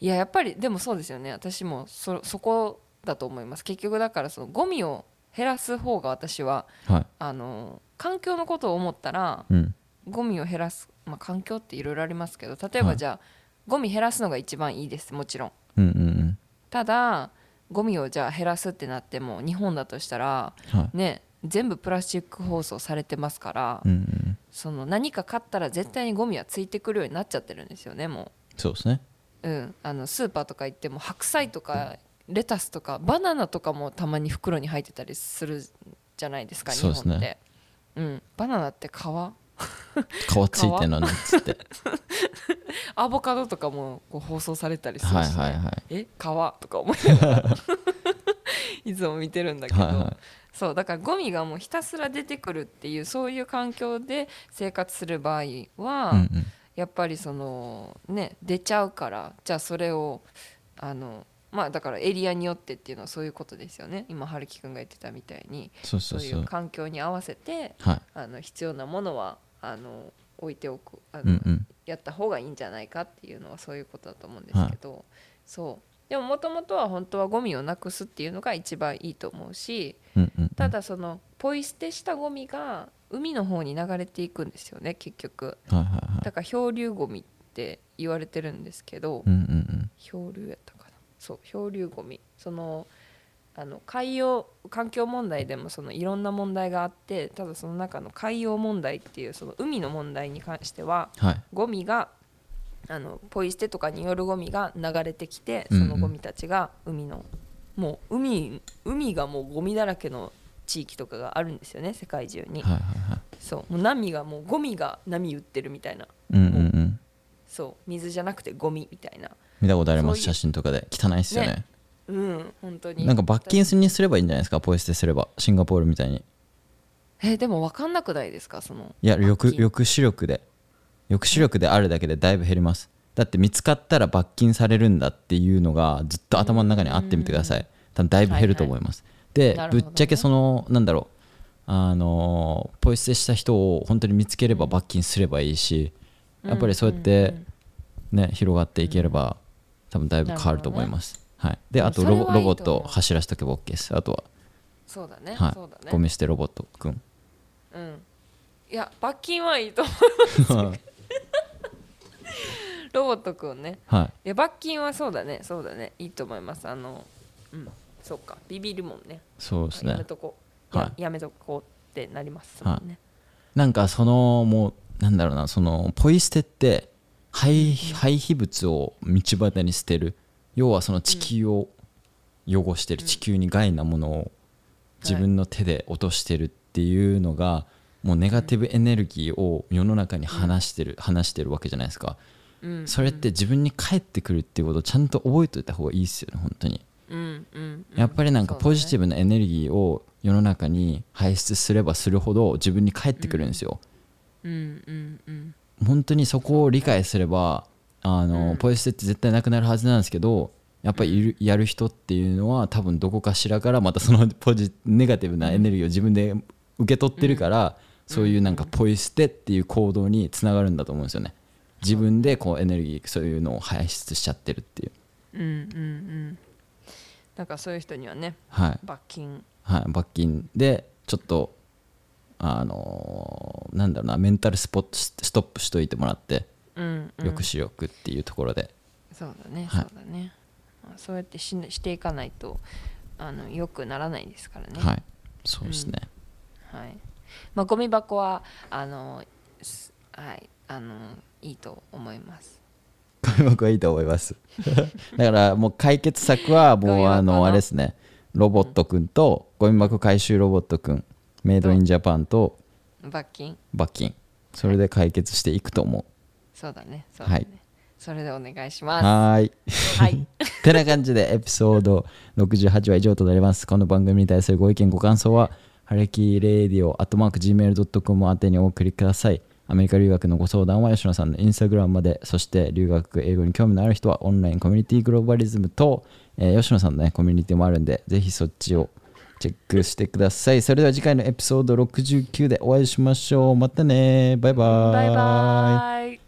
B: い
C: ややっぱりでもそうですよね私もそそこだと思います結局だからそのゴミを減らす方が私は
B: はい
C: あの環境のことを思ったら
B: うん
C: ゴミを減らす、まあ、環境っていろいろありますけど例え
B: は
C: ば
B: い
C: じゃあ、ゴミ減らすのが一番いいですもちろん
B: うんうん
C: ただゴミをじゃあ減らすってなっても日本だとしたら
B: うんはい
C: ね全部プラスチック包装されてますから、
B: うんうん
C: その何か買ったら絶対にゴミはついてくるようになっちゃってるんですよねも
B: そうですね
C: う、うん、あのスーパーとか行っても白菜とかレタスとかバナナとかもたまに袋に入ってたりするじゃないですか日
B: そう
C: 本
B: で
C: っ
B: す
C: て
B: ね
C: うん、バナナって皮
B: 皮ついてんのねっつって
C: [laughs] アボカドとかもこう放送されたりするし、ね
B: はいはいはい
C: え皮とか思いながら [laughs] いつも見てるんだけど、
B: はいはい
C: そうだからゴミがもうひたすら出てくるっていうそういう環境で生活する場合は、
B: うんうん
C: やっぱりそのね出ちゃうからじゃあそれをあのまあだからエリアによってっていうのはそういうことですよね今春樹くんが言ってたみたいに
B: そうそ
C: そううい
B: そうう
C: 環境に合わせて
B: はい
C: あの必要なものはあの置いておくあの、
B: うんうん
C: やった方がいいんじゃないかっていうのはそういうことだと思うんですけど、そうでももともとは本当はゴミをなくすっていうのが一番いいと思うし
B: うんうん
C: ただそのポイ捨てしたゴミが海の方に流れていくんですよね結局
B: はいはいはい
C: だから漂流ゴミって言われてるんですけど、
B: うんうん
C: 漂流やったかなそう漂流ゴミそのあの海洋環境問題でもそのいろんな問題があってただその中の海洋問題っていうその海の問題に関しては
B: うんはい
C: ゴミがあのポイ捨てとかによるゴミが流れてきて
B: う
C: そ
B: んうん
C: のゴミたちが海の、もう海海がもうゴミだらけの地域とかがあるんですよね世界中に、
B: はいはいはい
C: そうもう波がもうゴミが波打ってるみたいな
B: うんうんうん
C: そう水じゃなくてゴミみたいな
B: 見たことあります
C: そ
B: 写
C: ういう
B: 真とかで汚いっすよね
C: ねうん本当に
B: なんか罰金にすればいいんじゃないですかポイ捨てすればシンガポールみたいに
C: えーでも分かんなくないですかその
B: いや抑
C: 罰金
B: 抑止力で抑止力であるだけでだいぶ減りますだって見つかったら罰金されるんだっていうのがずっと頭の中にあってみてください多分だいぶ減ると思います、で、
C: なるほ
B: ぶ
C: ど
B: っ
C: ね
B: ちゃけそのなんだろうあのーポイ捨てした人を本当に見つければ罰金すればいいしやっぱりそうやってね広がっていければ多分だいぶ変わると思います、はい、であとロボ
C: それはいいと思う
B: ロボットを走らせとけば OK ですあとは
C: そうだね、
B: はい
C: そうだね
B: ゴミ捨てロボットく
C: [laughs]
B: ん
C: うんいや罰金はいいと思う [laughs] ロボットくんね
B: [laughs] はい
C: や罰金はそうだねそうだねいいと思いますあのうんそうかビビるもんね
B: いそうです
C: やめ
B: ね
C: とこう、
B: はい
C: ややめとこうってなりますもんね、
B: なんかそのもうなんだろうなそのポイ捨てって廃廃棄物を道端に捨てる要はその地球を汚してる地球に害なものを自分の手で落としてるっていうのがもうネガティブエネルギーを世の中に話してる話してるわけじゃないですか
C: うん
B: それって自分に返ってくるっていうことをちゃんと覚えておいた方がいいですよね本当に
C: うんうん
B: やっぱりなんかポジティ
C: ィ
B: ブなエネルギーを世の中に排出すればするほど自分に返ってくるんですよ、
C: ブうんうんうん
B: 本当にそこを理解すればあの、
C: うん
B: ポイ捨てって絶対なくなるはずなんですけどやっぱりいる、やる人っていうのは多分どこかしらからまたその [laughs] ポジネガティブなエネルギーを自分で受け取ってるから、そういうなんかポイ捨てっていう行動につながるんだと思うんですよね自分でこうエネルギーそういうのを排出しちゃってるっていう
C: うんうんうんなんかそういう人にはね
B: はい、
C: 罰金
B: はい、罰金でちょっとあのーなんだろうなメンタルスポットストップしといてもらって
C: うん、うん、
B: 抑止力っていうところで、
C: そうだね、
B: はい
C: そうだね、まあ、そうやってししていかないとあのよくならないですからね
B: はいそうですね、
C: はい、まあ、ゴミ箱はあのすはいあのいいと思います
B: ゴミ箱いいと思います [laughs] だからもう解決策は
C: ゴミ
B: もう
C: 箱の
B: あのあれですねロボットくんとゴミ箱回収ロボットくんメイドインジャパンと
C: 罰金
B: 罰金それで解決していくと思
C: そうだねそうだね、
B: はい
C: それでお願いし
B: う
C: ます
B: はーい [laughs]
C: はい
B: てな感じでエピソード68は以上となります。この番組に対するご意見、ご感想は、ハレキレディオ、アットマーク Gmail.com 宛てにお送りください。アメリカ留学のご相談は吉野さんのインスタグラムまで、そして留学、英語に興味のある人はオンラインコミュニティグローバリズムと、えー吉野さんの、ね、コミュニティもあるんで、ぜひそっちをチェックしてください。それでは次回のエピソード69でお会いしましょう。またね。バイバーイ。
C: バイバーイ